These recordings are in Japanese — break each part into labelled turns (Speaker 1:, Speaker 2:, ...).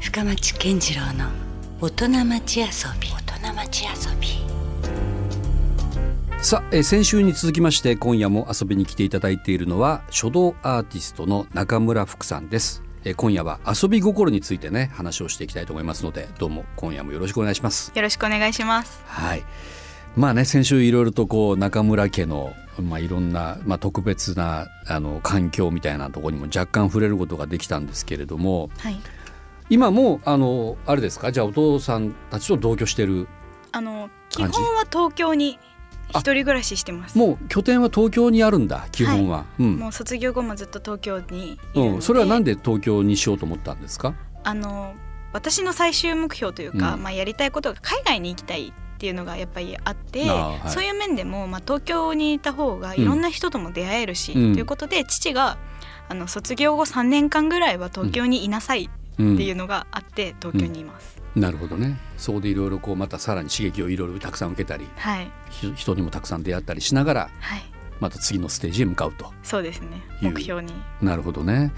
Speaker 1: 深町健次郎の大人町遊び大人町遊び
Speaker 2: さあ、えー先週に続きまして今夜も遊びに来ていただいているのは書道アーティストの中村福さんです、えー今夜は遊び心についてね話をしていきたいと思いますのでどうも今夜もよろしくお願いします
Speaker 3: よろしくお願いします。
Speaker 2: はいまあね先週いろいろとこう中村家のまあいろんなまあ特別なあの環境みたいなところにも若干触れることができたんですけれども
Speaker 3: はい。
Speaker 2: 今もうあのあれですかじゃあお父さんたちと同居してる
Speaker 3: あの基
Speaker 2: 感じ
Speaker 3: 本は東京に
Speaker 2: あ
Speaker 3: 一人暮らししてます。も
Speaker 2: もう拠点は東京にあるんだ基本は、うん
Speaker 3: う卒業後もずっと東京にいるので、
Speaker 2: うん、それはなんで東京にしようと思ったんですか。
Speaker 3: あの私の最終目標というか、
Speaker 2: うん
Speaker 3: まあやりたいことが海外に行きたいっていうのがやっぱりあって、
Speaker 2: あーはい
Speaker 3: そういう面でもまあ東京にいた方が
Speaker 2: ん
Speaker 3: いろんな人とも出会えるし、
Speaker 2: うん
Speaker 3: ということで父があの卒業後3年間ぐらいは東京にいなさいっ
Speaker 2: うん
Speaker 3: ていうのがあって東京にいます。
Speaker 2: なるほどね。そこでいろいろこうまたさらに刺激をいろいろたくさん受けたり、
Speaker 3: はい
Speaker 2: ひ人にもたくさん出会ったりしながら
Speaker 3: はい
Speaker 2: また次のステージへ向かうと。
Speaker 3: そうですね
Speaker 2: いう
Speaker 3: 目標に。
Speaker 2: なるほどね。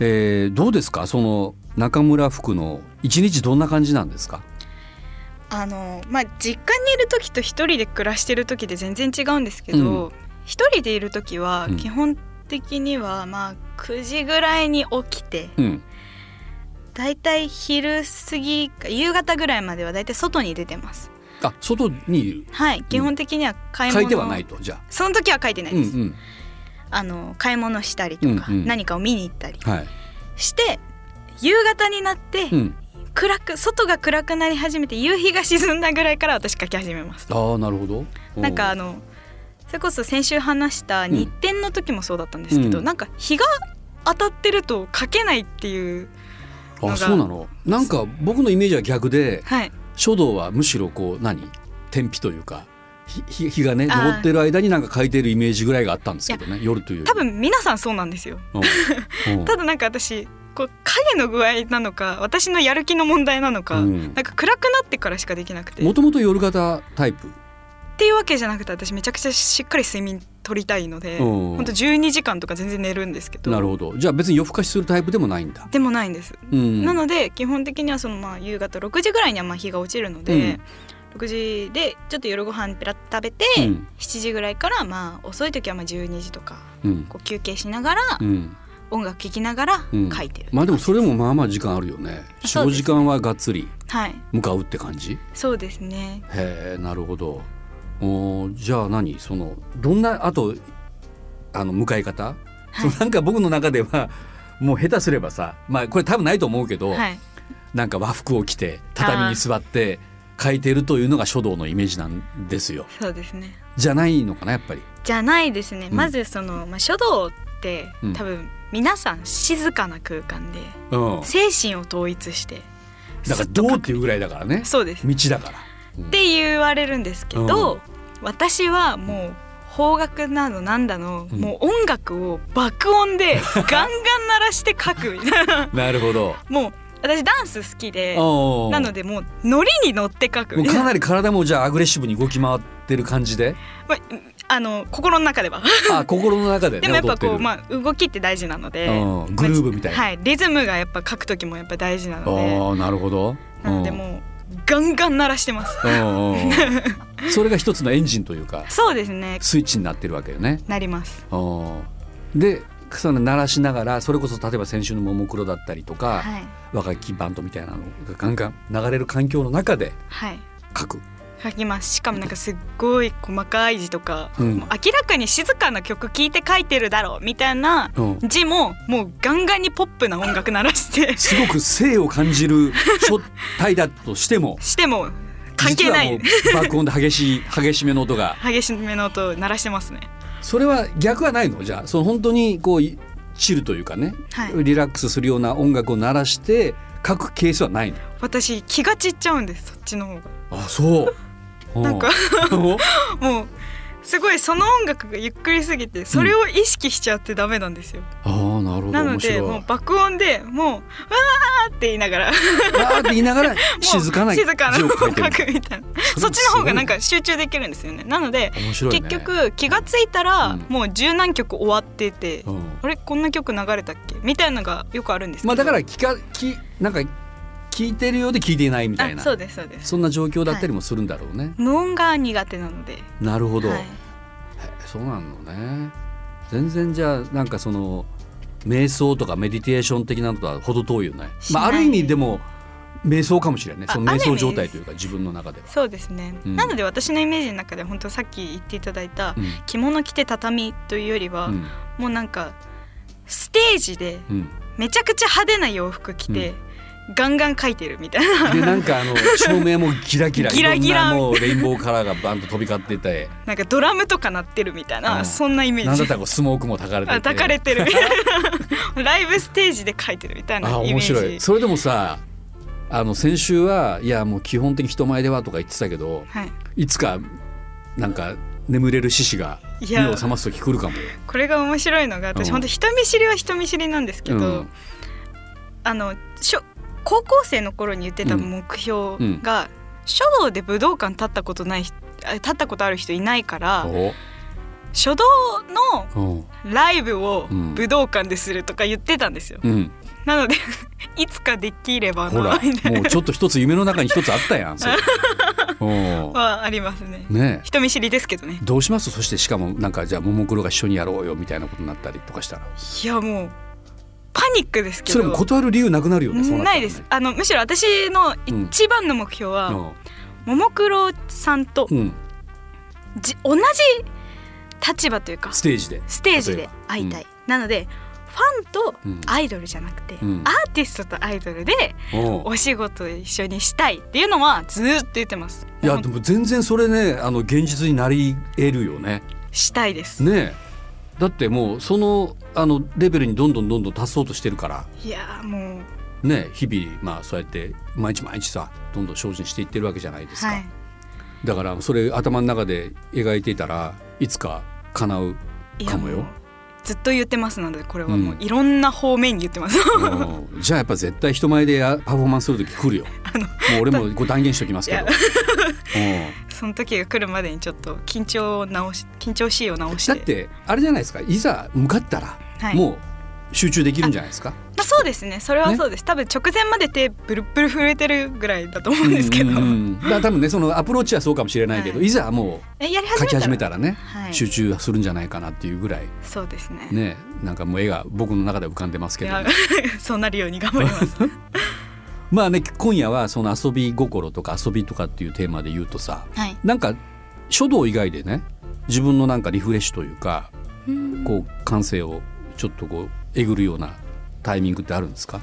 Speaker 2: えー、どうですかその中村福の一日どんな感じなんですか。
Speaker 3: あのまあ実家にいる時と一人で暮らしてる時で全然違うんですけど、一人でいる時は
Speaker 2: うん
Speaker 3: 基本的にはまあ9時ぐらいに起きて
Speaker 2: うん
Speaker 3: だいたい昼過ぎか夕方ぐらいまではだいたい外に出てます
Speaker 2: あ外にいる
Speaker 3: はい基本的には買い
Speaker 2: 書
Speaker 3: 物
Speaker 2: いてはないとじゃあ。
Speaker 3: その時は書いてないうで
Speaker 2: んう
Speaker 3: す、
Speaker 2: ん
Speaker 3: あの買い物したりとか、
Speaker 2: うんうん
Speaker 3: 何かを見に行ったり
Speaker 2: はい。
Speaker 3: して夕方になって
Speaker 2: うん。
Speaker 3: 暗く外が暗くなり始めて夕日が沈んだぐらいから私書き始めます
Speaker 2: ああなるほど。おー
Speaker 3: なんかあのそれこそ先週話した日展の時もそうだったんですけど、
Speaker 2: うん
Speaker 3: なんか日が当たってると描けないっていうの
Speaker 2: あ
Speaker 3: が
Speaker 2: そうなの。なんか僕のイメージは逆で。
Speaker 3: はい
Speaker 2: 書道はむしろこう何天日というか日日日がね
Speaker 3: あー
Speaker 2: 昇ってる間になんか書いてるイメージぐらいがあったんですけどね夜というより
Speaker 3: 多分皆さんそうなんですよ
Speaker 2: うんうん
Speaker 3: ただなんか私こう影の具合なのか私のやる気の問題なのか、
Speaker 2: うん
Speaker 3: なんか暗くなってからしかできなくてっ
Speaker 2: もともと夜型タイプ
Speaker 3: ていうわけじゃなくて私めちゃくちゃしっかり睡眠取りたいので
Speaker 2: うん
Speaker 3: ほんと12時間とか全然寝るんですけど
Speaker 2: なるほどじゃあ別に夜更かしするタイプでもないんだ、
Speaker 3: でもないんです
Speaker 2: うん、
Speaker 3: なので基本的にはそのまあ夕方6時ぐらいにはまあ日が落ちるので、6時でちょっと夜ご飯ペラッと食べて、
Speaker 2: うん
Speaker 3: 7時ぐらいからまあ遅い時はまあ12時とか
Speaker 2: うん
Speaker 3: こう休憩しながら、
Speaker 2: うん
Speaker 3: 音楽聴きながら
Speaker 2: うん
Speaker 3: 書いてる、
Speaker 2: まあでもそれでもまあまあ時間あるよね
Speaker 3: あそ
Speaker 2: 45
Speaker 3: うです
Speaker 2: 時間はがっつり
Speaker 3: はい
Speaker 2: 向かうって感じ
Speaker 3: そうですね
Speaker 2: へえなるほどおーじゃあ何そのどんなあとあの向かい方、そのなんか僕の中ではもう下手すればさまあこれ多分ないと思うけど、
Speaker 3: はい
Speaker 2: なんか和服を着て畳に座って書いてるというのが書道のイメージなんですよ
Speaker 3: そうですね
Speaker 2: じゃないのかなやっぱり
Speaker 3: じゃないですね、
Speaker 2: うん
Speaker 3: まずその、まあ、書道って
Speaker 2: うん
Speaker 3: 多分皆さん静かな空間で
Speaker 2: うん
Speaker 3: 精神を統一して
Speaker 2: だから「どう?」っていうぐらいだからね
Speaker 3: そうです
Speaker 2: 道だから
Speaker 3: って言われるんですけど、
Speaker 2: うん
Speaker 3: 私はもう邦楽などなんだの、
Speaker 2: うん
Speaker 3: もう音楽を爆音で ガンガン鳴らして書くみたいな
Speaker 2: なるほど
Speaker 3: もう私ダンス好きで
Speaker 2: おー
Speaker 3: なのでもうノリに乗って書く
Speaker 2: もう
Speaker 3: みたい
Speaker 2: か
Speaker 3: な
Speaker 2: なり体もじゃあアグレッシブに動き回ってる感じで
Speaker 3: まあうんあの心の中では
Speaker 2: あ心の中でね
Speaker 3: でもやっ
Speaker 2: 踊
Speaker 3: ぱ
Speaker 2: って
Speaker 3: こう、
Speaker 2: る、
Speaker 3: まあ、動きって大事なので、
Speaker 2: うんグルーブみたいな、
Speaker 3: はい、リズムがやっぱ書く時もやっぱ大事なので
Speaker 2: ああなるほど
Speaker 3: なので
Speaker 2: うん
Speaker 3: もうガンガン鳴らしてます
Speaker 2: うんうんうんそれが一つのエンジンというか
Speaker 3: そうですね
Speaker 2: スイッチになってるわけよね
Speaker 3: なります
Speaker 2: うんでその鳴らしながらそれこそ例えば先週の「ももクロ」だったりとか、
Speaker 3: はい
Speaker 2: 若きバンドみたいなのがガンガン流れる環境の中で
Speaker 3: はい
Speaker 2: 書く。
Speaker 3: 書きますしかもなんかすっごい細かい字とか、
Speaker 2: うん
Speaker 3: もう明らかに静かな曲聴いて書いてるだろうみたいな
Speaker 2: うん
Speaker 3: 字ももうガンガンにポップな音楽鳴らし て
Speaker 2: すごく性を感じる書体だとしても
Speaker 3: しても関係ない
Speaker 2: 実はもう爆音で激しい激しめの音が
Speaker 3: 激しめの音を鳴らしてますね
Speaker 2: それは逆はないのじゃあその本当にこういチルというかね、
Speaker 3: はい
Speaker 2: リラックスするような音楽を鳴らして書くケースはないの
Speaker 3: 私気が散っちゃうんですそっちの方
Speaker 2: あそう
Speaker 3: な んか
Speaker 2: うん
Speaker 3: がもうすごいその音楽がゆっくりすぎてそれを意識しちゃってダメなんですよ、
Speaker 2: あーなるほど
Speaker 3: なの
Speaker 2: 面白
Speaker 3: で
Speaker 2: い
Speaker 3: もう爆音でもう「わー」って言いながら
Speaker 2: わーって言いながら
Speaker 3: もう
Speaker 2: 静かな字を
Speaker 3: 静か な
Speaker 2: 書
Speaker 3: 音
Speaker 2: いてる
Speaker 3: 楽みたいなそっちの方がなんか集中できるんですよねなので
Speaker 2: 面白いね
Speaker 3: 結、局気がついたら
Speaker 2: うん
Speaker 3: もう十何曲終わってて、
Speaker 2: うん
Speaker 3: あれこんな曲流れたっけみたいなのがよくあるんですけど
Speaker 2: まあだから聞か聞なんか聞いてるようで聞いていないみたい
Speaker 3: あ
Speaker 2: な
Speaker 3: そうですそうです
Speaker 2: そんな状況だったりもするんだろうね、
Speaker 3: 無音が苦手なので
Speaker 2: なるほど、
Speaker 3: はい
Speaker 2: えそうなのね全然じゃあなんかその瞑想とかメディテーション的なのとは程遠いよね、
Speaker 3: しな
Speaker 2: ま
Speaker 3: い
Speaker 2: あ、ある意味でも瞑想かもしれないね
Speaker 3: あ
Speaker 2: その瞑
Speaker 3: ある意
Speaker 2: 想
Speaker 3: 味
Speaker 2: 状態というか自分の中では。
Speaker 3: そうですね、
Speaker 2: うん
Speaker 3: なので私のイメージの中で本当さっき言っていただいた
Speaker 2: うん
Speaker 3: 着物着て畳というよりは、
Speaker 2: うん
Speaker 3: もうなんかステージで
Speaker 2: うん、
Speaker 3: めちゃくちゃ派手な洋服着て、ガンガン描いてるみたいな
Speaker 2: でなんかあ の照明もギラギラ
Speaker 3: ギラギ
Speaker 2: いろん
Speaker 3: ラ
Speaker 2: なもうレインボーカラーがバンと飛び交ってて
Speaker 3: なんかドラムとか鳴ってるみたいな、
Speaker 2: うん
Speaker 3: そんなイメー
Speaker 2: 何
Speaker 3: ジ
Speaker 2: だったらこうスモークもたかれてて
Speaker 3: あ抱かれて るライブステージで描いてるみたいな
Speaker 2: あ
Speaker 3: イメ
Speaker 2: 面白
Speaker 3: ー
Speaker 2: い
Speaker 3: ジ
Speaker 2: それでもさあの先週はいやもう基本的に人前ではとか言ってたけど
Speaker 3: はい、
Speaker 2: いつかなんか眠れる獅子が
Speaker 3: い
Speaker 2: 目
Speaker 3: や
Speaker 2: を覚ます時来るかもよ。
Speaker 3: これが面白いのが私、
Speaker 2: うん
Speaker 3: 本当人見知りは人見知りなんですけど、
Speaker 2: うん
Speaker 3: あのしょ高校生の頃に言ってた目標が、書道で武道館立ったことない人あ立ったことある人いないから
Speaker 2: お
Speaker 3: 書道の
Speaker 2: うん
Speaker 3: ライブを
Speaker 2: うん
Speaker 3: 武道館でするとか言ってたんですよ、
Speaker 2: うん、
Speaker 3: な のでいつかできれば
Speaker 2: ほら
Speaker 3: なみたいな
Speaker 2: もうちょっと一つ夢の中に一つあった やんそれう
Speaker 3: はありますね
Speaker 2: んねえ
Speaker 3: 人見知りですけどね
Speaker 2: どうしますそしてしかもなんかじゃあももクロが一緒にやろうよみたいなことになったりとかしたら
Speaker 3: いやもうパニックですけど
Speaker 2: それも断る理由なくなるよねそうったら
Speaker 3: ない
Speaker 2: ね
Speaker 3: ですあのむしろ私の一番の目標は、ももクロさんと
Speaker 2: うん、うん、
Speaker 3: じ同じ立場というか
Speaker 2: ステージで
Speaker 3: ステージ
Speaker 2: 例え
Speaker 3: で
Speaker 2: ば
Speaker 3: 会いたい、なのでファンと
Speaker 2: うん
Speaker 3: アイドルじゃなくて、
Speaker 2: うん
Speaker 3: アーティストとアイドルで
Speaker 2: おう
Speaker 3: お仕事を一緒にしたいっていうのはずーっと言ってます
Speaker 2: いやでも全然それねあの現実になり得るよね
Speaker 3: したいです、
Speaker 2: ねえだってもうそのあのレベルにどんどんどんどん達そうとしてるから
Speaker 3: いやーもう
Speaker 2: ねえ日々まあそうやって毎日毎日さどんどん精進していってるわけじゃないですか、
Speaker 3: はい
Speaker 2: だからそれ頭の中で描いていたらいつか叶う
Speaker 3: いや
Speaker 2: かもよ
Speaker 3: うずっと言ってますのでこれはもううんいろんな方面に言ってます、
Speaker 2: うんじゃあやっぱ絶対人前でやパフォーマンスする時来る よもう俺もこう断言しておきますけど
Speaker 3: いやその時が来るまでにちょっと緊張を直し緊張しいを直し
Speaker 2: うん
Speaker 3: て
Speaker 2: だってあれじゃないですかいざ向かったら
Speaker 3: はい
Speaker 2: もう集中できるんじゃないですか、
Speaker 3: まあ、そうですねそれは
Speaker 2: ね
Speaker 3: そうです、多分直前まで手ブルッブル震えてるぐらいだと思うんですけど、
Speaker 2: うんうんうんだから多分ねそのアプローチはそうかもしれないけど、
Speaker 3: はい
Speaker 2: い、ざも
Speaker 3: えやり
Speaker 2: う
Speaker 3: 始
Speaker 2: 書
Speaker 3: めた
Speaker 2: き
Speaker 3: ら
Speaker 2: 始めたらね、
Speaker 3: はい
Speaker 2: 集中するんじゃないかなっていうぐらい
Speaker 3: そうですね
Speaker 2: ねなんかもう絵が僕の中では浮かんでます
Speaker 3: い
Speaker 2: けど、
Speaker 3: や そうなるように頑張り ます
Speaker 2: まあね今夜はその遊び心とか遊びとかっていうテーマで言うとさ、
Speaker 3: はい
Speaker 2: なんか書道以外でね自分のなんかリフレッシュというかこう感性をちょっとこうえぐるようなタイミングってあるんですか、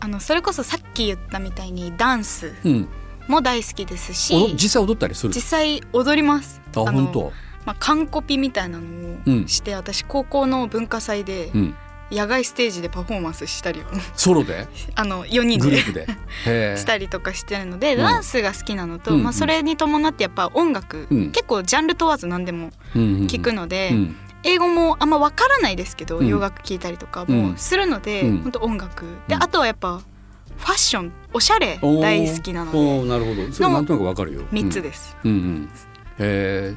Speaker 4: あのそれこそさっき言ったみたいにダンス
Speaker 2: うん、
Speaker 4: も大好きですし
Speaker 2: お実際踊ったりする
Speaker 4: 実際踊ります
Speaker 2: あ
Speaker 4: あの
Speaker 2: 本当、
Speaker 4: まあ、完コピみたいなの
Speaker 2: うん
Speaker 4: をして、私高校の文化祭で
Speaker 2: うん、
Speaker 4: 野外ステージでパフォーマンスしたりを
Speaker 2: ソロで
Speaker 4: あの4人
Speaker 2: グル
Speaker 4: で
Speaker 2: ー プでへえ
Speaker 4: したりとかしてるので、
Speaker 2: うん
Speaker 4: ダンスが好きなのと、
Speaker 2: うんうん
Speaker 4: まあ、それに伴ってやっぱ音楽、
Speaker 2: うん
Speaker 4: 結構ジャンル問わず何でも聞くので、
Speaker 2: うんうん
Speaker 4: 英語もあんま分からないですけど、
Speaker 2: うん
Speaker 4: 洋楽聴いたりとかもするので、
Speaker 2: うん
Speaker 4: 本当音楽で、
Speaker 2: うん
Speaker 4: あとはやっぱファッションおしゃれ
Speaker 2: おー
Speaker 4: 大好きなので
Speaker 2: おーなるほどそれなんとなくわかるよ
Speaker 4: 3つ
Speaker 2: で、
Speaker 4: です。
Speaker 2: うんうんうんへえ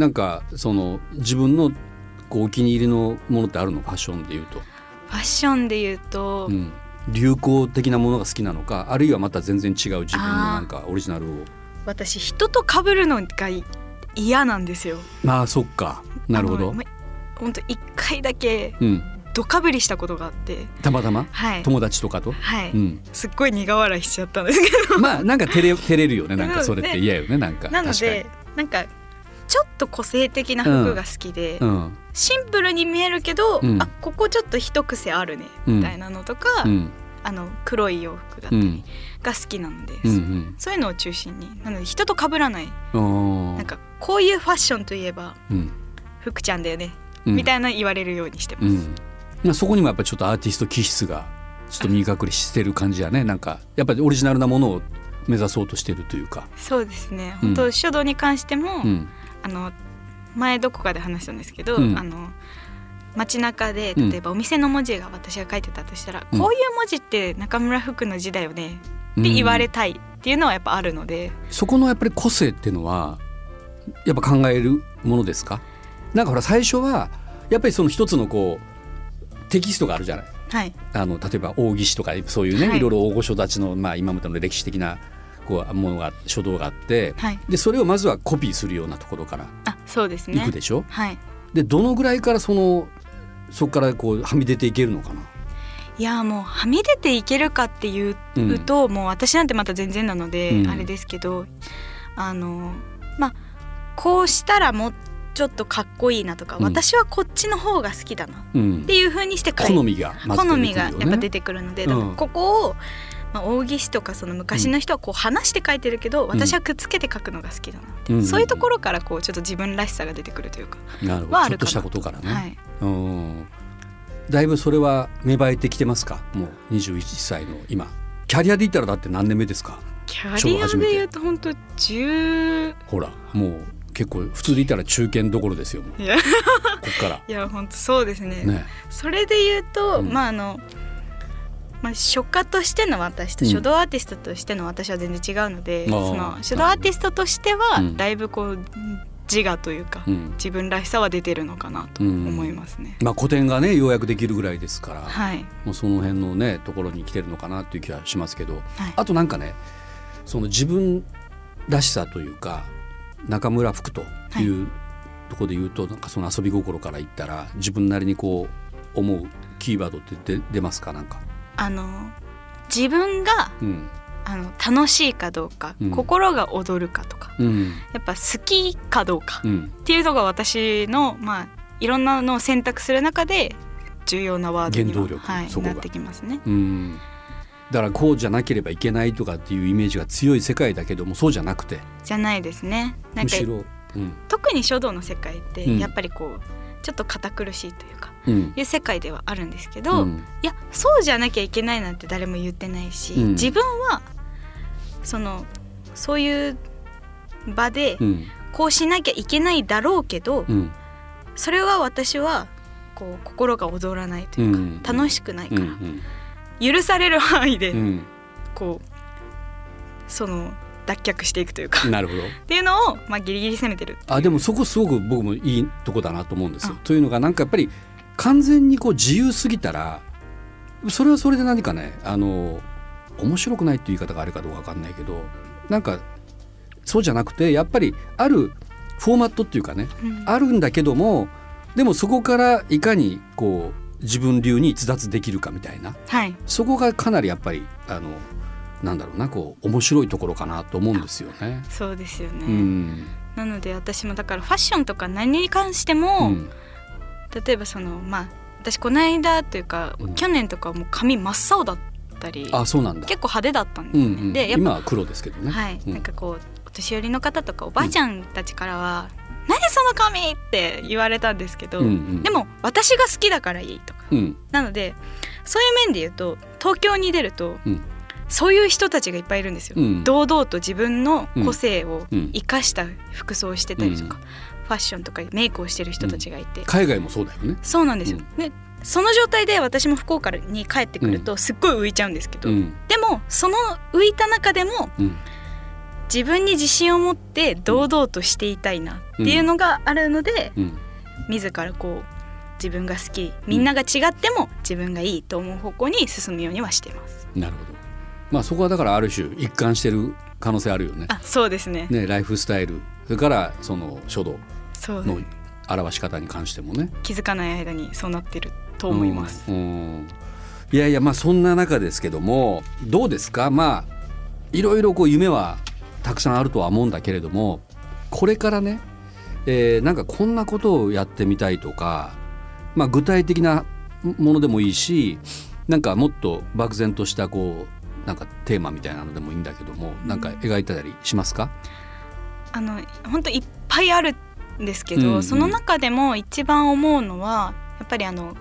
Speaker 2: なんかその自分のこうお気に入りのものってあるのファッションで言うと、
Speaker 4: ファッションで言うと、
Speaker 2: うん、流行的なものが好きなのかあるいはまた全然違う自分のなんかオリジナルを
Speaker 3: 私人と被るのがい嫌なんですよ
Speaker 2: ああそっかなるほど、
Speaker 3: 本当一回だけ
Speaker 2: うん、
Speaker 3: ドかぶりしたことがあって
Speaker 2: たまたま
Speaker 3: はい
Speaker 2: 友達とかと、
Speaker 3: はい、
Speaker 2: うん、
Speaker 3: すっごい苦笑いしちゃったんですけ
Speaker 2: まあなんか照れ照れるよねなんかそれって
Speaker 3: ね
Speaker 2: 嫌よねなんか
Speaker 3: どなの
Speaker 2: 確かに
Speaker 3: でなんかちょっと個性的な服が好きで、
Speaker 2: うん
Speaker 3: シンプルに見えるけど、
Speaker 2: うん
Speaker 3: あここちょっと一癖あるねみたいなのとか、
Speaker 2: うん
Speaker 3: あの黒い洋服だ
Speaker 2: う
Speaker 3: が
Speaker 2: ん
Speaker 3: 好きなので、
Speaker 2: うん
Speaker 3: そういうのを中心になので人と被らない
Speaker 2: うん
Speaker 3: なんかこういうファッションといえば
Speaker 2: うん
Speaker 3: 福ちゃんだよね、
Speaker 2: うん
Speaker 3: みたいな言われるようにしてま
Speaker 2: う
Speaker 3: す、
Speaker 2: んまあ、そこにもやっぱちょっとアーティスト気質がちょっと見隠れしてる感じやねなんかやっぱりオリジナルなものを目指そうとしてるというか、
Speaker 3: そうですね
Speaker 2: うん
Speaker 3: 本当書道に関しても、
Speaker 2: うん
Speaker 3: あの前どこかで話したんですけど、
Speaker 2: うん
Speaker 3: あの街中で
Speaker 2: うん
Speaker 3: 例えばお店の文字が私が書いてたとしたら、
Speaker 2: うん
Speaker 3: こういう文字って中村福の字だよね
Speaker 2: うん
Speaker 3: って言われたいっていうのはやっぱあるので、
Speaker 2: そこのやっぱり個性っていうのはやっぱ考えるものですかなんかほら最初はやっぱりその一つのこうテキストがあるじゃない
Speaker 3: はい
Speaker 2: あの例えば大義士とかそういうね、
Speaker 3: はい
Speaker 2: い、ろいろ大御所たちの、まあ、今までの歴史的なこうものが書道があって、
Speaker 3: はい
Speaker 2: でそれをまずはコピーするようなところから
Speaker 3: あそうです
Speaker 2: い
Speaker 3: ね
Speaker 2: くでしょ、
Speaker 3: はい
Speaker 2: でどのぐらいからそのそこからこうはみ出ていけるのかな、
Speaker 3: いやーもうはみ出ていけるかっていう
Speaker 2: うん
Speaker 3: と、もう私なんてまた全然なので、
Speaker 2: うん
Speaker 3: あれですけどあのまあこうしたらもうちょっとかっこいいなとか、
Speaker 2: うん
Speaker 3: 私はこっちの方が好きだなっ
Speaker 2: うん
Speaker 3: て、いう風にして書いて
Speaker 2: 好みがまず
Speaker 3: 好みがやっぱ出
Speaker 2: て
Speaker 3: てくるので、
Speaker 2: うん
Speaker 3: だからここを、まあ、扇子とかその昔の人はこう話して書いてるけど、私はくっつけて書くのが好きだなって、
Speaker 2: うん
Speaker 3: そういうところからこうちょっと自分らしさが出てくるというか、
Speaker 2: くるよねなるほ
Speaker 3: は
Speaker 2: ど
Speaker 3: あ
Speaker 2: ちょっと
Speaker 3: るかな
Speaker 2: したことからね、
Speaker 3: はい、
Speaker 2: うんだいぶそれは芽生えてきてますかもう21歳の今キャリアで言ったらだって何年目ですか
Speaker 3: キャリア
Speaker 2: 初め
Speaker 3: で
Speaker 2: て
Speaker 3: 言うと本当10
Speaker 2: ほらもう結構普通で言ったら中堅どころですよもう
Speaker 3: いや
Speaker 2: こっか
Speaker 3: いや本当そうです ね
Speaker 2: らね
Speaker 3: それで言うと、
Speaker 2: うん
Speaker 3: まああの、まあ、書家としての私と
Speaker 2: うん
Speaker 3: 書道アーティストとしての私は全然違うので、
Speaker 2: あー
Speaker 3: その書道アーティストとしては
Speaker 2: うん
Speaker 3: だいぶこう自我というか、
Speaker 2: うん
Speaker 3: 自分らしさは出てるのかなと思いますね。
Speaker 2: まあ古典がねようやくできるぐらいですから、
Speaker 3: はい、
Speaker 2: もうその辺のねところに来てるのかなっていう気はしますけど、
Speaker 3: はい
Speaker 2: あとなんかねその自分らしさというか中村福というところで言うと、なんかその遊び心から言ったら自分なりにこう思うキーワードって出出ますかなんか、
Speaker 3: あの自分が
Speaker 2: うん
Speaker 3: あの楽しいかどうか、
Speaker 2: うん
Speaker 3: 心が躍るかとか
Speaker 2: うん
Speaker 3: やっぱ好きかどうか
Speaker 2: う、ん、
Speaker 3: っていうのが私のまあいろんなのを選択する中で重要なワードには
Speaker 2: 原動力
Speaker 3: はい、
Speaker 2: そこ
Speaker 3: な
Speaker 2: が
Speaker 3: ってきますね。
Speaker 2: うん、だからこうじゃなければいけないとかっていうイメージが強い世界だけどもそうじゃなくて
Speaker 3: じゃないですね。なん
Speaker 2: む
Speaker 3: か
Speaker 2: しろ、うん
Speaker 3: 特に書道の世界って
Speaker 2: うん
Speaker 3: やっぱりこう、ちょっと堅苦しいというか
Speaker 2: うん
Speaker 3: いう世界ではあるんですけど、
Speaker 2: うん
Speaker 3: いやそうじゃなきゃいけないなんて誰も言ってないし、
Speaker 2: うん
Speaker 3: 自分はそのそういう場で
Speaker 2: うん
Speaker 3: こうしなきゃいけないだろうけど、
Speaker 2: うん
Speaker 3: それは私はこう心が躍らないというか、
Speaker 2: うん
Speaker 3: 楽しくないから、
Speaker 2: うん
Speaker 3: 許される範囲
Speaker 2: う
Speaker 3: で
Speaker 2: ん
Speaker 3: こうその脱却していくというか、
Speaker 2: うん、
Speaker 3: っ
Speaker 2: なるほど
Speaker 3: ていうのを、まあ、ギリギリ攻めてる
Speaker 2: あでもそこすごく僕もいいとこだなと思うんですよ
Speaker 3: あ。
Speaker 2: というのがなんかやっぱり完全にこう自由すぎたらそれはそれで何かねあの面白くないっていう言い方があるかどうかわかんないけどなんかそうじゃなくてやっぱりあるフォーマットっていうかね、
Speaker 3: うん
Speaker 2: あるんだけどもでもそこからいかにこう自分流に逸脱できるかみたいな
Speaker 3: はい
Speaker 2: そこがかなりやっぱりあのなんだろうなこう面白いところかなと思うんですよね。
Speaker 3: そうですよね、
Speaker 2: うん
Speaker 3: なので私もだからファッションとか何に関して
Speaker 2: う
Speaker 3: も、
Speaker 2: ん
Speaker 3: 例えばそのまあ私この間というか、
Speaker 2: うん
Speaker 3: 去年とかはもう髪真っ青だったり
Speaker 2: あそうなんだ
Speaker 3: 結構派手だったんで
Speaker 2: うん
Speaker 3: す
Speaker 2: う
Speaker 3: ね、
Speaker 2: ん、
Speaker 3: でやっぱ
Speaker 2: 今は黒ですけどね。
Speaker 3: はい、
Speaker 2: うん
Speaker 3: なんかこうお年寄りの方とかおばあちゃんたちからは「何その髪!」って言われたんですけど、
Speaker 2: うんうん
Speaker 3: でも私が好きだからいいとか
Speaker 2: うん
Speaker 3: なのでそういう面で言うと東京に出ると、
Speaker 2: うん
Speaker 3: そういう人たちがいっぱいいるんですよ、
Speaker 2: うん
Speaker 3: 堂々と自分の個性を
Speaker 2: うん
Speaker 3: 生かした服装をしてたりとか、ファッションとかメイクをしてる人たちがいて、
Speaker 2: 海外もそうだよね。
Speaker 3: そうなんですよ、
Speaker 2: うん
Speaker 3: でその状態で私も福岡に帰ってくるとすっごい浮いちゃうんですけど、
Speaker 2: うん
Speaker 3: でもその浮いた中でも
Speaker 2: うん
Speaker 3: 自分に自信を持って堂々としていたいなっていうのがあるので、
Speaker 2: うん
Speaker 3: 自らこう自分が好きみんなが違っても自分がいいと思う方向に進むようにはしています。
Speaker 2: なるほど。まあそこはだからある種一貫してる可能性あるよね。
Speaker 3: あそうですね
Speaker 2: ねライフスタイルそれからその書道
Speaker 3: そう
Speaker 2: の表し方に関してもね。
Speaker 3: 気づかない間にそうなってると思います。
Speaker 2: うん。うんいやいやまあそんな中ですけどもどうですかまあいろいろこう夢はたくさんあるとは思うんだけれどもこれからね、えーなんかこんなことをやってみたいとか、まあ、具体的なものでもいいしなんかもっと漠然としたこうなんかテーマみたいなのでもいいんだけどもなんか描いたりしますか、
Speaker 3: あの本当いっぱいあるんですけど、
Speaker 2: うんうん
Speaker 3: その中でも一番思うのはやっぱりあの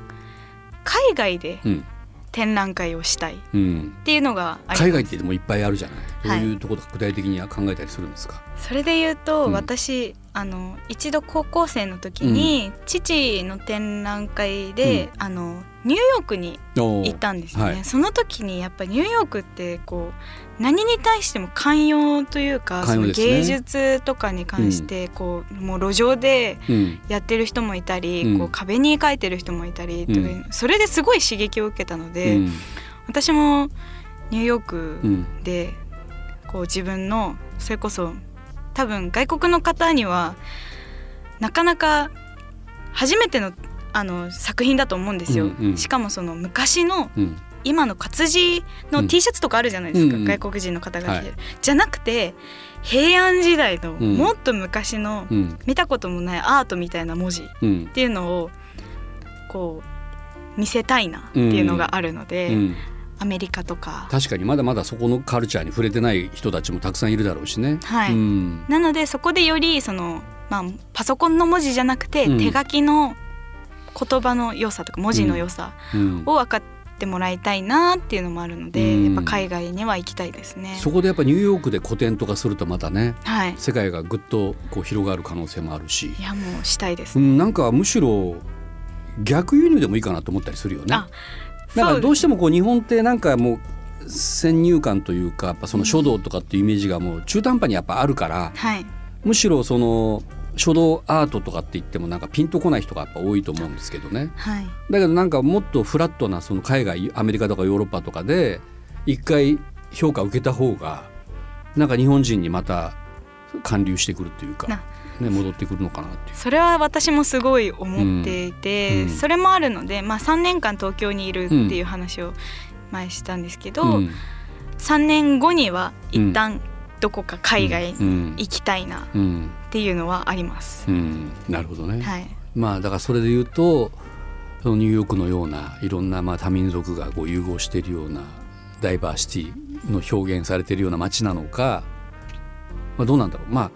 Speaker 3: 海外で
Speaker 2: うん
Speaker 3: 展覧会をしたいっ
Speaker 2: うん、
Speaker 3: ていうのがあります
Speaker 2: 海外ってでもいっぱいあるじゃない、
Speaker 3: はい
Speaker 2: どういうところ具体的には考えたりするんですか、
Speaker 3: それで言うと、
Speaker 2: うん
Speaker 3: 私あの一度高校生の時に、父の展覧会で、あのニューヨークに
Speaker 2: おー
Speaker 3: 行ったんですね、
Speaker 2: はい
Speaker 3: その時にやっぱニューヨークってこう何に対しても寛容というか、
Speaker 2: 寛
Speaker 3: そ
Speaker 2: 容
Speaker 3: の
Speaker 2: ですね
Speaker 3: 芸術とかに関してこう、もう路上で
Speaker 2: うん
Speaker 3: やってる人もいたり、
Speaker 2: うん
Speaker 3: こう壁に描いてる人もいたりという、それですごい刺激を受けたの
Speaker 2: う
Speaker 3: で、
Speaker 2: ん
Speaker 3: 私もニューヨーク
Speaker 2: うん
Speaker 3: でこう自分のそれこそ多分外国の方にはなかなか初めてのあの作品だと思うんですよ、
Speaker 2: うんうん
Speaker 3: しかもその昔の
Speaker 2: うん
Speaker 3: 今の活字
Speaker 2: う
Speaker 3: の
Speaker 2: ん
Speaker 3: T シャツとかあるじゃないですか、
Speaker 2: うんうん
Speaker 3: 外国人の方が着てる、じゃなくて平安時代の
Speaker 2: うん
Speaker 3: もっと昔の
Speaker 2: うん
Speaker 3: 見たこともないアートみたいな文字っ
Speaker 2: うん
Speaker 3: ていうのをこう見せたいなっていうのがあるので、
Speaker 2: うん
Speaker 3: アメリカとか
Speaker 2: 確かにまだまだそこのカルチャーに触れてない人たちもたくさんいるだろうしね。
Speaker 3: はい
Speaker 2: うん
Speaker 3: なのでそこでよりその、まあ、パソコンの文字じゃなくて
Speaker 2: うん
Speaker 3: 手書きの言葉の良さとか文字の良さ
Speaker 2: うん
Speaker 3: を分かってもらいたいなっていうのもあるので、
Speaker 2: うん
Speaker 3: やっぱ海外には行きたいですね。
Speaker 2: そこでやっぱニューヨークで個展とかするとまたね
Speaker 3: はい、
Speaker 2: 世界がぐっとこう広がる可能性もあるし、
Speaker 3: いやもうしたいです
Speaker 2: う
Speaker 3: ね。
Speaker 2: ん、なんかむしろ逆輸入でもいいかなと思ったりするよね。
Speaker 3: あ
Speaker 2: なん
Speaker 3: そ
Speaker 2: か
Speaker 3: う
Speaker 2: どうしてもこう日本ってなんかもう先入観というかやっぱその書道とかっていうイメージがもう中途半端にやっぱあるから
Speaker 3: はい
Speaker 2: むしろその書道アートとかって言ってもなんかピンとこない人がやっぱ多いと思うんですけどね。
Speaker 3: はい
Speaker 2: だけどなんかもっとフラットなその海外アメリカとかヨーロッパとかで一回評価を受けた方がなんか日本人にまた還流してくるというか
Speaker 3: な、
Speaker 2: ね、戻ってくるのかなっていう。
Speaker 3: それは私もすごい思っていて、
Speaker 2: うんうん
Speaker 3: それもあるので、まあ、3年間東京にいるっていう話を前したんですけど、
Speaker 2: ん
Speaker 3: 3年後には一旦どこか海外に
Speaker 2: うん
Speaker 3: 行きたいなっ
Speaker 2: うん
Speaker 3: ていうのはあります。
Speaker 2: うん、なるほどね、
Speaker 3: はい
Speaker 2: まあだからそれで言うとそのニューヨークのようないろんなまあ多民族がこう融合しているようなダイバーシティの表現されているような街なのか、まあ、どうなんだろうまあ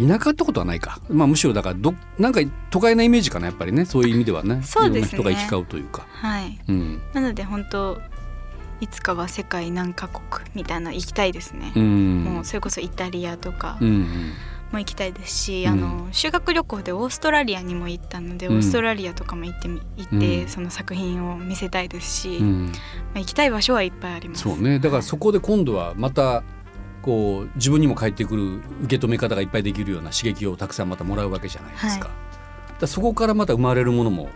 Speaker 2: 田舎ってことはないか、まあ、むしろだからどなんか都会なイメージかなやっぱりねそういう意味ではね
Speaker 3: そうです
Speaker 2: い
Speaker 3: ね
Speaker 2: ろんな人が行き交うというか、
Speaker 3: はい、
Speaker 2: うん
Speaker 3: なので本当いつかは世界何カ国みたいな行きたいですね
Speaker 2: う、ん
Speaker 3: もうそれこそイタリアとか
Speaker 2: うんうん
Speaker 3: も行きたいですし、
Speaker 2: うん
Speaker 3: あの修学旅行でオーストラリアにも行ったので、
Speaker 2: うん
Speaker 3: オーストラリアとかも行ってみ行って、
Speaker 2: うん
Speaker 3: その作品を見せたいですし、
Speaker 2: う
Speaker 3: ま
Speaker 2: ん
Speaker 3: あ、行きたい場所はいっぱいあります
Speaker 2: そうねだからそこで今度はまたこう自分にも返ってくる受け止め方がいっぱいできるような刺激をたくさんまたもらうわけじゃないですか,、だからそこからまた生まれるものも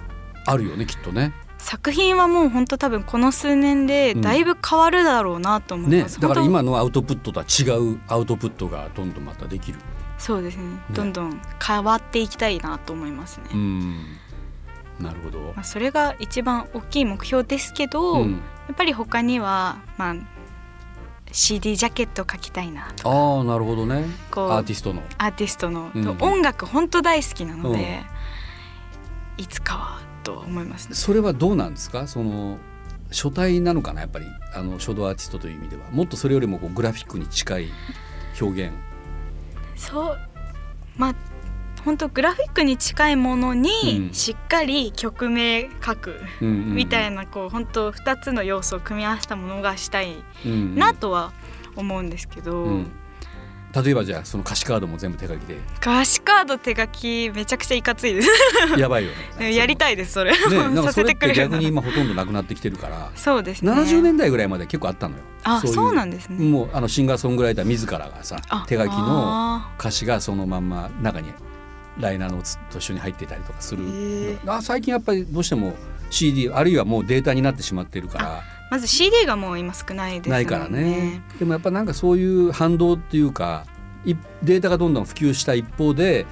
Speaker 2: あるよねきっとね
Speaker 3: 作品はもう本当多分この数年でだいぶ変わるだろうなと思い
Speaker 2: ね
Speaker 3: ます、
Speaker 2: だから
Speaker 3: 本
Speaker 2: 今のアウトプットとは違うアウトプットがどんどんまたできる
Speaker 3: 当そうですねどんどん変わっていきたいなと思いますね、
Speaker 2: うんなるほど
Speaker 3: まあ、それが一番大きい目標ですけど、
Speaker 2: うん
Speaker 3: やっぱり他には、まあ、CD ジャケット描きたいなと
Speaker 2: ああなるほどね
Speaker 3: こう
Speaker 2: アーティストの
Speaker 3: アーティストの、
Speaker 2: うん
Speaker 3: 音楽本当大好きなので、いつかはと思いますね。
Speaker 2: それはどうなんですかその書体なのかなやっぱりあの書道アーティストという意味ではもっとそれよりもこうグラフィックに近い表現
Speaker 3: そうまあ本当グラフィックに近いもの
Speaker 2: うん
Speaker 3: にしっかり曲名書くみ
Speaker 2: み
Speaker 3: たいな、こう本当2つの要素を組み合わせたものがしたい
Speaker 2: な
Speaker 3: なとは思うんですけど、
Speaker 2: うん、例えばじゃあその歌詞カードも全部手書きで
Speaker 3: 歌詞カード手書きめちゃくちゃいかついです
Speaker 2: やばいよね
Speaker 3: やり
Speaker 2: い
Speaker 3: たいですそれ、
Speaker 2: ねなんか
Speaker 3: さ
Speaker 2: そ
Speaker 3: せ
Speaker 2: れ
Speaker 3: て
Speaker 2: っ
Speaker 3: く
Speaker 2: て
Speaker 3: れる
Speaker 2: 逆
Speaker 3: な
Speaker 2: に今ほとんどなくなってきてるから
Speaker 3: そうですね
Speaker 2: 70年代ぐらいまで結構あったのよ
Speaker 3: あ
Speaker 2: い
Speaker 3: そうなんですね
Speaker 2: もうあのシンガーソングライター自らがさ
Speaker 3: あ
Speaker 2: 手書きの
Speaker 3: あ
Speaker 2: 歌詞がそのまんま中にライナーのつと一緒に入ってたりとかする、
Speaker 3: へえ
Speaker 2: あ最近やっぱりどうしても CD あるいはもうデータになってしまってるから
Speaker 3: ーまず CD がもう今少ないですもんね
Speaker 2: ないからねでもやっぱなんかそういう反動っていうかいデータがどんどん普及した一方で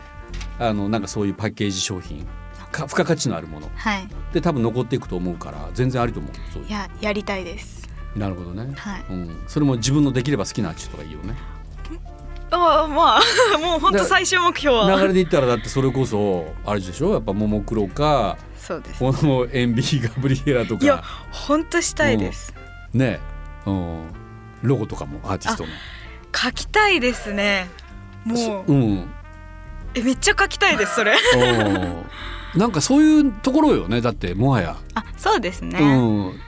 Speaker 2: あのなんかそういうパッケージ商品か付加価値のあるもの
Speaker 3: はい
Speaker 2: で多分残っていくと思うから全然ありと思うそういう
Speaker 3: いややりたいです
Speaker 2: なるほどね、
Speaker 3: はい
Speaker 2: うん、それも自分のできれば好きなアーティストがいいよね
Speaker 3: あまあ もう本当
Speaker 2: だ
Speaker 3: 最終目標
Speaker 2: 流
Speaker 3: は
Speaker 2: れでいったらだってそれこそあれでしょやっぱももクロか
Speaker 3: そうです
Speaker 2: このエンビーガブリエラと
Speaker 3: いや
Speaker 2: か
Speaker 3: 本当したいです
Speaker 2: ねうんロゴとかもアーティストの
Speaker 3: 書きたいですねもう
Speaker 2: そうん
Speaker 3: えめっちゃ書きたいで すそれ
Speaker 2: おなんかそういうところよねだってもはや、
Speaker 3: あそうですね、
Speaker 2: うん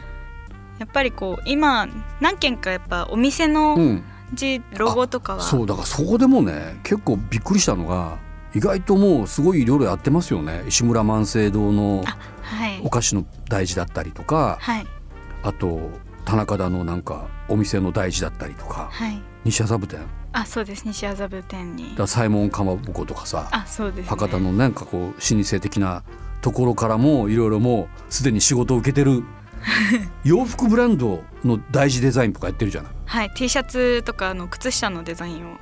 Speaker 3: やっぱりこう今何件かやっぱお店
Speaker 2: う
Speaker 3: の
Speaker 2: ん、
Speaker 3: 字、ロゴとかは
Speaker 2: そうだからそこでもね結構びっくりしたのが意外ともうすごいいろいろやってますよね石村万世堂の
Speaker 3: はい
Speaker 2: お菓子の大事だったりとか
Speaker 3: はい
Speaker 2: あと田中田のなんかお店の大事だったりとか
Speaker 3: はい
Speaker 2: 西麻布店だか
Speaker 3: あそうです西麻布店に
Speaker 2: らサイモンかまぼことかさ
Speaker 3: あそうです、ね、
Speaker 2: 博多のなんかこう老舗的なところからもいろいろもうすでに仕事を受けてる洋服ブランドの大事デザインとかやってるじゃない。
Speaker 3: はい T シャツとかあの靴下のデザインを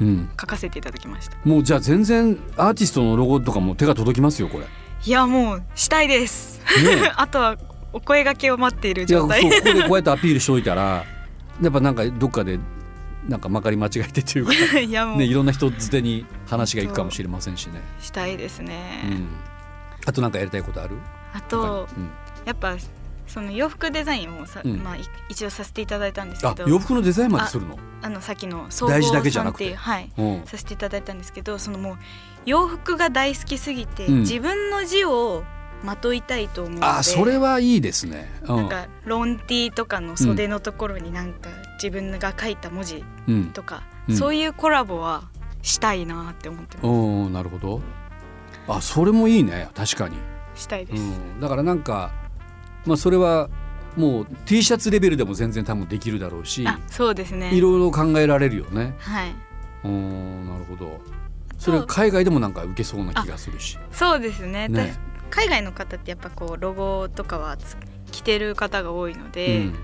Speaker 2: うん、
Speaker 3: 書かせていただきました
Speaker 2: もうじゃあ全然アーティストのロゴとかも手が届きますよこれ。ね
Speaker 3: いやもうしたいです
Speaker 2: え
Speaker 3: あとはお声掛けを待っている
Speaker 2: いやそう
Speaker 3: 状
Speaker 2: こ
Speaker 3: 態
Speaker 2: こでこうやってアピールしといたらやっぱなんかどっかでなんかまかり間違えてっていうか、
Speaker 3: いやもう、
Speaker 2: ね、いろんな人づてに話がいくかもしれませんしね。
Speaker 3: したいですね、
Speaker 2: うん、あとなんかやりたいことある
Speaker 3: あと
Speaker 2: 他にうん
Speaker 3: やっぱその洋服デザインをさ、
Speaker 2: うん
Speaker 3: まあ、い一応させていただいたんですけ
Speaker 2: あ
Speaker 3: ど
Speaker 2: 洋服のデザインまでするの、
Speaker 3: あのさっきの総合
Speaker 2: 大事だけじゃ
Speaker 3: さん
Speaker 2: な
Speaker 3: っ
Speaker 2: く
Speaker 3: て
Speaker 2: て
Speaker 3: いうはい
Speaker 2: うん、
Speaker 3: させていただいたんですけどそのもう洋服が大好きすぎて、
Speaker 2: うん
Speaker 3: 自分の字をまといたいと思うので
Speaker 2: あそれはいいですね。う
Speaker 3: なん
Speaker 2: ん
Speaker 3: かロンティーとかの袖のところになんか自分が書いた文字
Speaker 2: うん
Speaker 3: とか、
Speaker 2: うん
Speaker 3: そういうコラボはしたいなって思ってま
Speaker 2: うん、なるほど。あ、それもいいね、確かに。
Speaker 3: すしたいで
Speaker 2: う
Speaker 3: す、
Speaker 2: ん、だからなんか、まあそれはもう T シャツレベルでも全然多分できるだろうし、
Speaker 3: あそうですね
Speaker 2: いろいろ考えられるよね。
Speaker 3: はい
Speaker 2: うん、なるほど。それは海外でもなんか受けそうな気がするし。
Speaker 3: そうですね
Speaker 2: ね
Speaker 3: た海外の方ってやっぱこうロゴとかはつ着てる方が多いの
Speaker 2: う
Speaker 3: で、
Speaker 2: ん。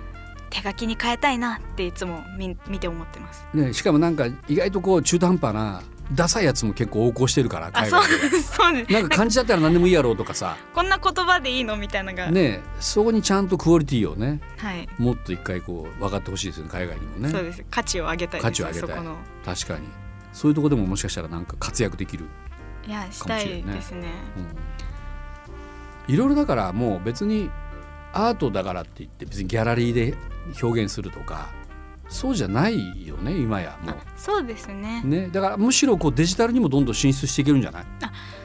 Speaker 3: 手書きに変えたいなっていつも見見て思ってます
Speaker 2: ね、しかもなんか意外とこう中途半端なダサいやつも結構横行してるから
Speaker 3: あ
Speaker 2: 海
Speaker 3: そう
Speaker 2: 外で
Speaker 3: そうです
Speaker 2: なんか漢字だったら何でもいいやろうとか さ、
Speaker 3: こんな言葉でいいのみたいなのが、
Speaker 2: ね、そこにちゃんとクオリティをね、
Speaker 3: はい
Speaker 2: もっと一回こう分かってほしいですよね、海外にもね。
Speaker 3: そうです価値を上げたいです
Speaker 2: 価値を上げたい
Speaker 3: そこの
Speaker 2: 確かにそういうとこでももしかしたらなんか活躍できる、
Speaker 3: いやしたいですね
Speaker 2: うんいろいろだからもう別にアートだからって言って別にギャラリーで表現するとかそうじゃないよね今やも
Speaker 3: そうですね
Speaker 2: うねだからむしろこうデジタルにもどんどん進出していけるんじゃない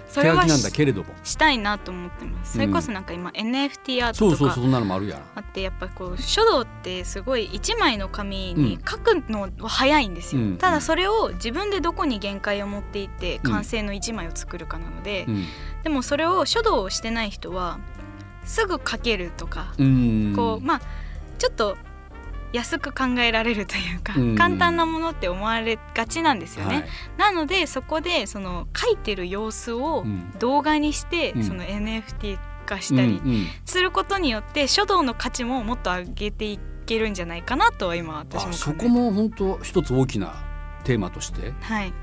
Speaker 3: そ
Speaker 2: 手
Speaker 3: れ
Speaker 2: 書
Speaker 3: は
Speaker 2: きなんだ
Speaker 3: し
Speaker 2: けれども
Speaker 3: したいなと思ってますそれこそなんか今 NFT アー
Speaker 2: そ
Speaker 3: ト
Speaker 2: う
Speaker 3: と
Speaker 2: そう
Speaker 3: か
Speaker 2: そんなのもあるやん
Speaker 3: あってやっぱこう書道ってすごい一枚の紙に
Speaker 2: うん
Speaker 3: 書くのは早いんですよ、
Speaker 2: うん
Speaker 3: ただそれを自分でどこに限界を持っていって
Speaker 2: うん
Speaker 3: 完成の一枚を作るかなので、
Speaker 2: うん
Speaker 3: でもそれを書道をしてない人はすぐ書けるとか、
Speaker 2: うん
Speaker 3: こうまあちょっと安く考えられるというか、
Speaker 2: うん
Speaker 3: 簡単なものって思われがちなんですよね、
Speaker 2: はい
Speaker 3: なのでそこでその書いてる様子
Speaker 2: う
Speaker 3: を
Speaker 2: ん
Speaker 3: 動画にして、
Speaker 2: うん
Speaker 3: その NFT 化したり
Speaker 2: うんうん
Speaker 3: することによって書道の価値ももっと上げていけるんじゃないかなとは今私
Speaker 2: あ
Speaker 3: も考え
Speaker 2: そこも本当一つ大きなテーマとして
Speaker 3: はい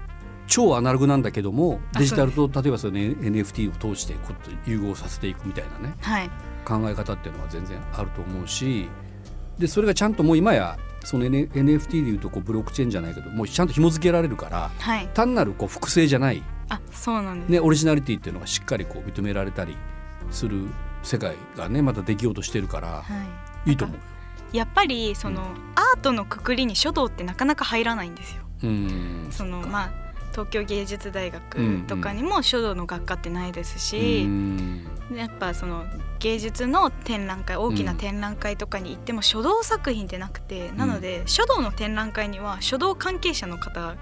Speaker 2: 超アナログなんだけども
Speaker 3: あ
Speaker 2: デジタルと例えばその NFT を通してこうやって融合させていくみたいなね
Speaker 3: はい
Speaker 2: 考え方っていうのは全然あると思うしでそれがちゃんともう今やその N- NFT でいうとこうブロックチェーンじゃないけどもうちゃんと紐付けられるから
Speaker 3: はい
Speaker 2: 単なるこう複製じゃない、
Speaker 3: あそうなんです、
Speaker 2: ね、オリジナリティっていうのがしっかりこう認められたりする世界がねまたできようとしてるから
Speaker 3: はい
Speaker 2: いと思う。
Speaker 3: やっぱりその、アートのくくりに書道ってなかなか入らないんですよ
Speaker 2: うん
Speaker 3: その
Speaker 2: っか
Speaker 3: まあ東京芸術大学とかにも書道の学科ってないです
Speaker 2: う
Speaker 3: し、
Speaker 2: ん
Speaker 3: やっぱその芸術の展覧会大きな展覧会とかに行っても書道作品ってなくて、なので書道の展覧会には書道関係者の方が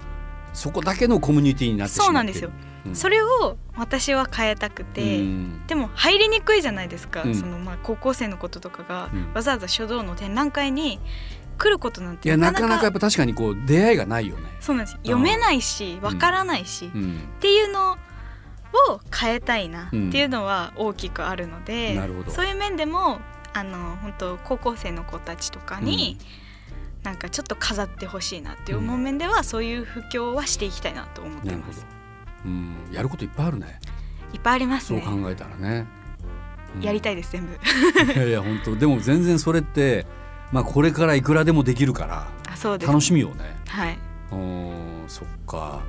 Speaker 2: そこだけのコミュニティになってしまって
Speaker 3: そうなんですよ、
Speaker 2: うん
Speaker 3: それを私は変えたくて、
Speaker 2: うん
Speaker 3: でも入りにくいじゃないですか、
Speaker 2: うん
Speaker 3: そのまあ高校生のこととかが
Speaker 2: うん
Speaker 3: わざわざ書道の展覧会に来ることなん
Speaker 2: い
Speaker 3: て
Speaker 2: や
Speaker 3: な
Speaker 2: な
Speaker 3: か
Speaker 2: か
Speaker 3: な
Speaker 2: な
Speaker 3: か
Speaker 2: かやっぱ確かにこう出会いがないよね。
Speaker 3: そうなんです読めないしわからないし、
Speaker 2: う
Speaker 3: っ
Speaker 2: ん、
Speaker 3: ていうのを変えたいなって
Speaker 2: うん
Speaker 3: いうのは大きくあるので、
Speaker 2: なるほど
Speaker 3: そういう面でもあの本当高校生の子たちとかに、なんかちょっと飾ってほしいなっていう思う面では、そういう布教はしていきたいなと思っ
Speaker 2: な
Speaker 3: て
Speaker 2: るほ
Speaker 3: ま
Speaker 2: ど
Speaker 3: す。。
Speaker 2: うん、やることいっぱいあるね。
Speaker 3: いっぱいあります
Speaker 2: そう
Speaker 3: ね
Speaker 2: 考。えたらね。うん
Speaker 3: やりたいです全部。
Speaker 2: いやいや本当でも全然それってまあこれからいくらでもできるから
Speaker 3: あそうです。
Speaker 2: 楽しみよね。
Speaker 3: はい。
Speaker 2: うんそっか。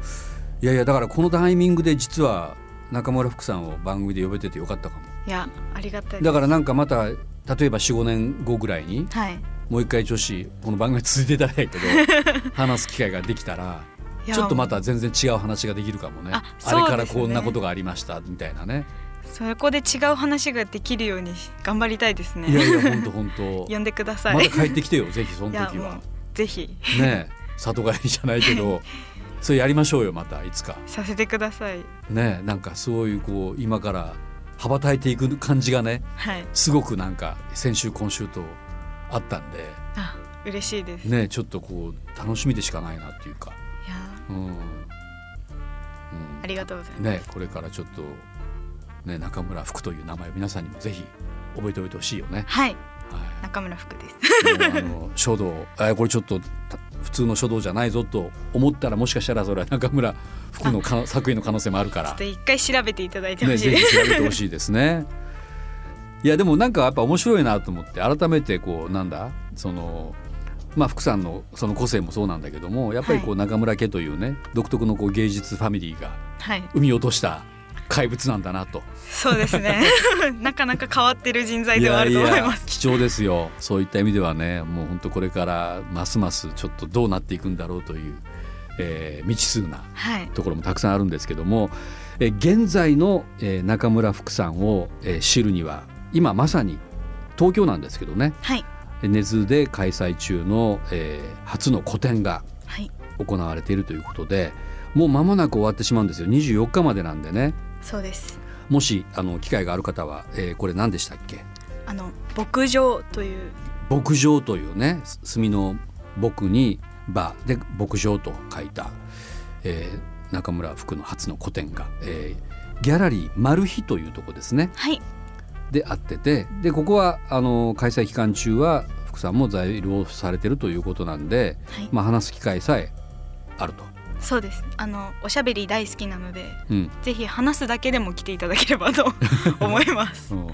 Speaker 2: いやいやだからこのタイミングで実は中村福さんを番組で呼べててよかったかも。
Speaker 3: いやありがたいです。
Speaker 2: だからなんかまた例えば45年後ぐらいに
Speaker 3: はい。
Speaker 2: もう一回女子この番組続いていただいた けど話す機会ができたら
Speaker 3: いや
Speaker 2: ちょっとまた全然違う話ができるかもねあ
Speaker 3: あそう
Speaker 2: れ
Speaker 3: ですね
Speaker 2: からこんなことがありましたみたいなね
Speaker 3: そこで違う話ができるように頑張りたいですね。
Speaker 2: いやいや本当本当
Speaker 3: 呼んでくださ
Speaker 2: ま
Speaker 3: い。
Speaker 2: た帰ってきてよぜひその
Speaker 3: いや
Speaker 2: 時
Speaker 3: もう
Speaker 2: は
Speaker 3: ぜひ
Speaker 2: ねえ里帰りじゃないけどそれやりましょうよまたいつか
Speaker 3: させてください
Speaker 2: ねなんかそういうこう今から羽ばたいていく感じがね
Speaker 3: はい
Speaker 2: すごくなんか先週今週とあったんで
Speaker 3: あ嬉しいですい
Speaker 2: ねちょっとこう楽しみでしかないなっていうか
Speaker 3: や
Speaker 2: うん、うん
Speaker 3: ーありがとうございます、
Speaker 2: ねこれからちょっとね中村福という名前を皆さんにもぜひ覚えておいてほしいよね。
Speaker 3: は
Speaker 2: は
Speaker 3: い
Speaker 2: い
Speaker 3: 中村福です
Speaker 2: もうあの 書道あこれちょっとた普通の書道じゃないぞと思ったらもしかしたらそれは中村福のか作品の可能性もあるか
Speaker 3: ちょ
Speaker 2: ら
Speaker 3: っと、一回調べていただいてほ
Speaker 2: ね、
Speaker 3: しい
Speaker 2: ぜ
Speaker 3: で
Speaker 2: ひ
Speaker 3: す、
Speaker 2: 調べてほしいです ね。いやでもなんかやっぱ面白いなと思って改めてこうなんだそのまあ福さんのその個性もそうなんだけどもやっぱりこう中村家というね独特のこう芸術ファミリーが
Speaker 3: はい
Speaker 2: 生み落とした怪物なんだなと。
Speaker 3: そうです ね なかなか変わってる人材ではあると思います
Speaker 2: 貴重ですよそういった意味ではねもう本当これからますますちょっとどうなっていくんだろうという、えー未知数な
Speaker 3: はい
Speaker 2: ところもたくさんあるんですけども、えー現在の、えー中村福さんを、えー知るには今まさに東京なんですけどね
Speaker 3: はい
Speaker 2: 根津で開催中の、えー初の個展が
Speaker 3: はい
Speaker 2: 行われているということでもう間もなく終わってしまうんですよ24日までなんでね
Speaker 3: そうです
Speaker 2: もしあの機会がある方は、えーこれ何でしたっけ
Speaker 3: あの牧場という
Speaker 2: 牧場というねす墨の僕に場で牧場と書いた、えー中村福の初の個展が、えーギャラリーマルヒというとこですね
Speaker 3: はい
Speaker 2: であっててでここはあの開催期間中は福さんも在留をされてるということなんで、
Speaker 3: はい
Speaker 2: まあ、話す機会さえあると。
Speaker 3: そうですあのおしゃべり大好きなので
Speaker 2: うん
Speaker 3: ぜひ話すだけでも来ていただけれ ばと思います
Speaker 2: うん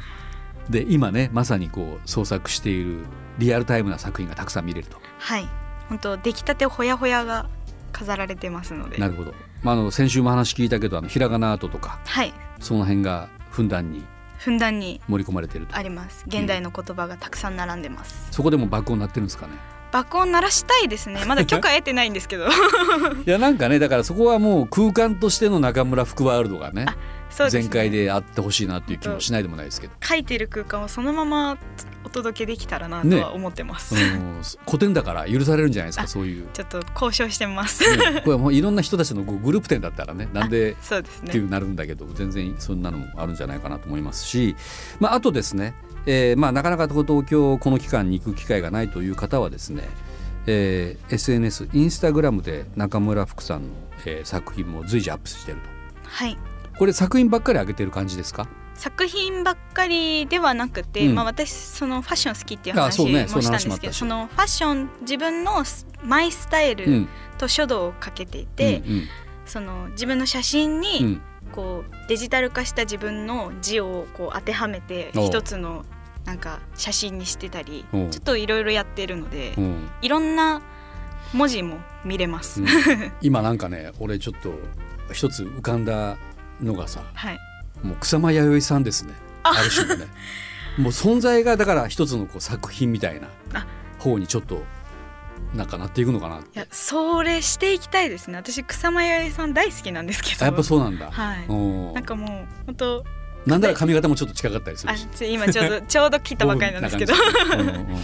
Speaker 2: で今ねまさにこう創作しているリアルタイムな作品がたくさん見れると。
Speaker 3: はい本当出来たてほやほやが飾られてますので
Speaker 2: なるほど、まあ、あの先週も話聞いたけどあのひらがなアートとか
Speaker 3: はい
Speaker 2: その辺がふんだんに
Speaker 3: ふんだんに
Speaker 2: 盛り込まれていると
Speaker 3: あります現代の言葉がたくさん並んでます、
Speaker 2: そこでも爆音鳴ってるんですかね
Speaker 3: 爆音鳴らしたいですねまだ許可得てないんです けど
Speaker 2: いやなんかねだからそこはもう空間としての中村福ワールドがね
Speaker 3: そうですね
Speaker 2: 全開であってほしいなっていう気もしないでもないですけど、
Speaker 3: 書いてる空間をそのままお届けできたらなと
Speaker 2: ね
Speaker 3: は思ってます、、
Speaker 2: うん、古典だから許されるんじゃないですかそういう、ね
Speaker 3: ちょっと交渉してます、
Speaker 2: これはもういろんな人たちのこうグループ展だったらねなんで
Speaker 3: そうです
Speaker 2: ってい
Speaker 3: ね
Speaker 2: うなるんだけど全然そんなのもあるんじゃないかなと思いますし、まあ、あとですね、えーまあ、なかなか東京この期間に行く機会がないという方はですね、えー SNS インスタグラムで中村福さんの、えー作品も随時アップしてる
Speaker 3: はい
Speaker 2: とこれ作品ばっかり上げてる感じですか
Speaker 3: 作品ばっかりではなくて、
Speaker 2: うん
Speaker 3: まあ、私そのファッション好きっていう
Speaker 2: あ
Speaker 3: 話
Speaker 2: そう
Speaker 3: も
Speaker 2: ね
Speaker 3: したんです
Speaker 2: そ
Speaker 3: け
Speaker 2: の話もあ
Speaker 3: ど
Speaker 2: っ
Speaker 3: そ,、
Speaker 2: たし
Speaker 3: のファッション自分のスマイスタイ
Speaker 2: う
Speaker 3: ル
Speaker 2: ん
Speaker 3: と書道をかけていて、
Speaker 2: うん
Speaker 3: その自分の写真
Speaker 2: うんう
Speaker 3: に
Speaker 2: ん
Speaker 3: こうデジタル化した自分の字をこう当てはめて
Speaker 2: おう
Speaker 3: 一つのなんか写真にしてたり
Speaker 2: おう
Speaker 3: ちょっといろいろやってるので
Speaker 2: うんうん
Speaker 3: いろんな文字も見れます。
Speaker 2: 今なんかね俺ちょっと一つ浮かんだのがさ
Speaker 3: はい
Speaker 2: もう草間彌生さんですねある種の ねもう存在がだから一つのこう作品みたいな
Speaker 3: あ
Speaker 2: 方にちょっとなんかなっていくのかなっ
Speaker 3: い
Speaker 2: て
Speaker 3: やそれしていきたいですね私草間彌生さん大好きなんですけど
Speaker 2: あやっぱそうなんだ、
Speaker 3: はい
Speaker 2: うん
Speaker 3: なんかもう本当
Speaker 2: なんなら髪型もちょっと近かったりす
Speaker 3: あ
Speaker 2: るし
Speaker 3: ちょ今ちょうどちょうど切ったばかりなんですけど
Speaker 2: ボブみたいな感じうんうん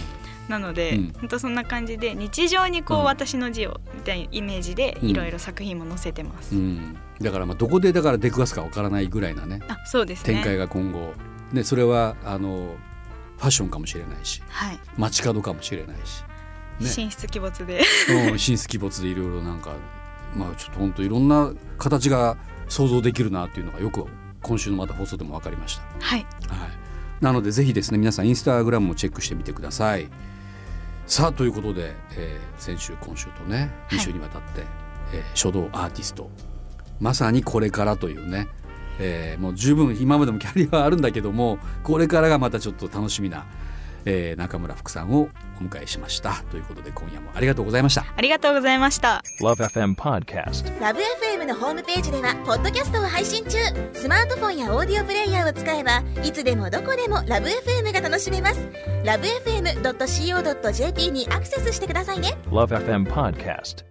Speaker 3: なので、
Speaker 2: うん
Speaker 3: ほん、本当そんな感じで日常にこう、
Speaker 2: うん
Speaker 3: 私の字をみたいなイメージで
Speaker 2: うん
Speaker 3: いろいろ作品も載せてます、
Speaker 2: うんだからまあどこでだから出くわすかわからないぐらいなね
Speaker 3: あそうですね
Speaker 2: 展開が今後ねそれはあのファッションかもしれないし
Speaker 3: はい、
Speaker 2: 街角かもしれないしね
Speaker 3: 神出鬼没で
Speaker 2: うん神出鬼没でいろいろなんかまあちょっと本当いろんな形が想像できるなっていうのがよく今週のまた放送でも分かりました。
Speaker 3: はい
Speaker 2: はい、なのでぜひですね皆さんインスタグラムもチェックしてみてください。さあということで、えー先週今週とね
Speaker 3: い
Speaker 2: 2週にわたって、えー書道アーティストまさにこれからというね、えーもう十分今までもキャリアはあるんだけどもこれからがまたちょっと楽しみな、えー中村福さんをお迎えしましたということで今夜もありがとうございました。
Speaker 3: ありがとうございました
Speaker 5: Love FM Podcast.
Speaker 6: ラブ f m のホームページではポッドキャストを配信中スマートフォンやオーディオプレイヤーを使えばいつでもどこでもラブ f m が楽しめますラブ FM.co.jp にアクセスしてくださいね
Speaker 5: Love FM Podcast.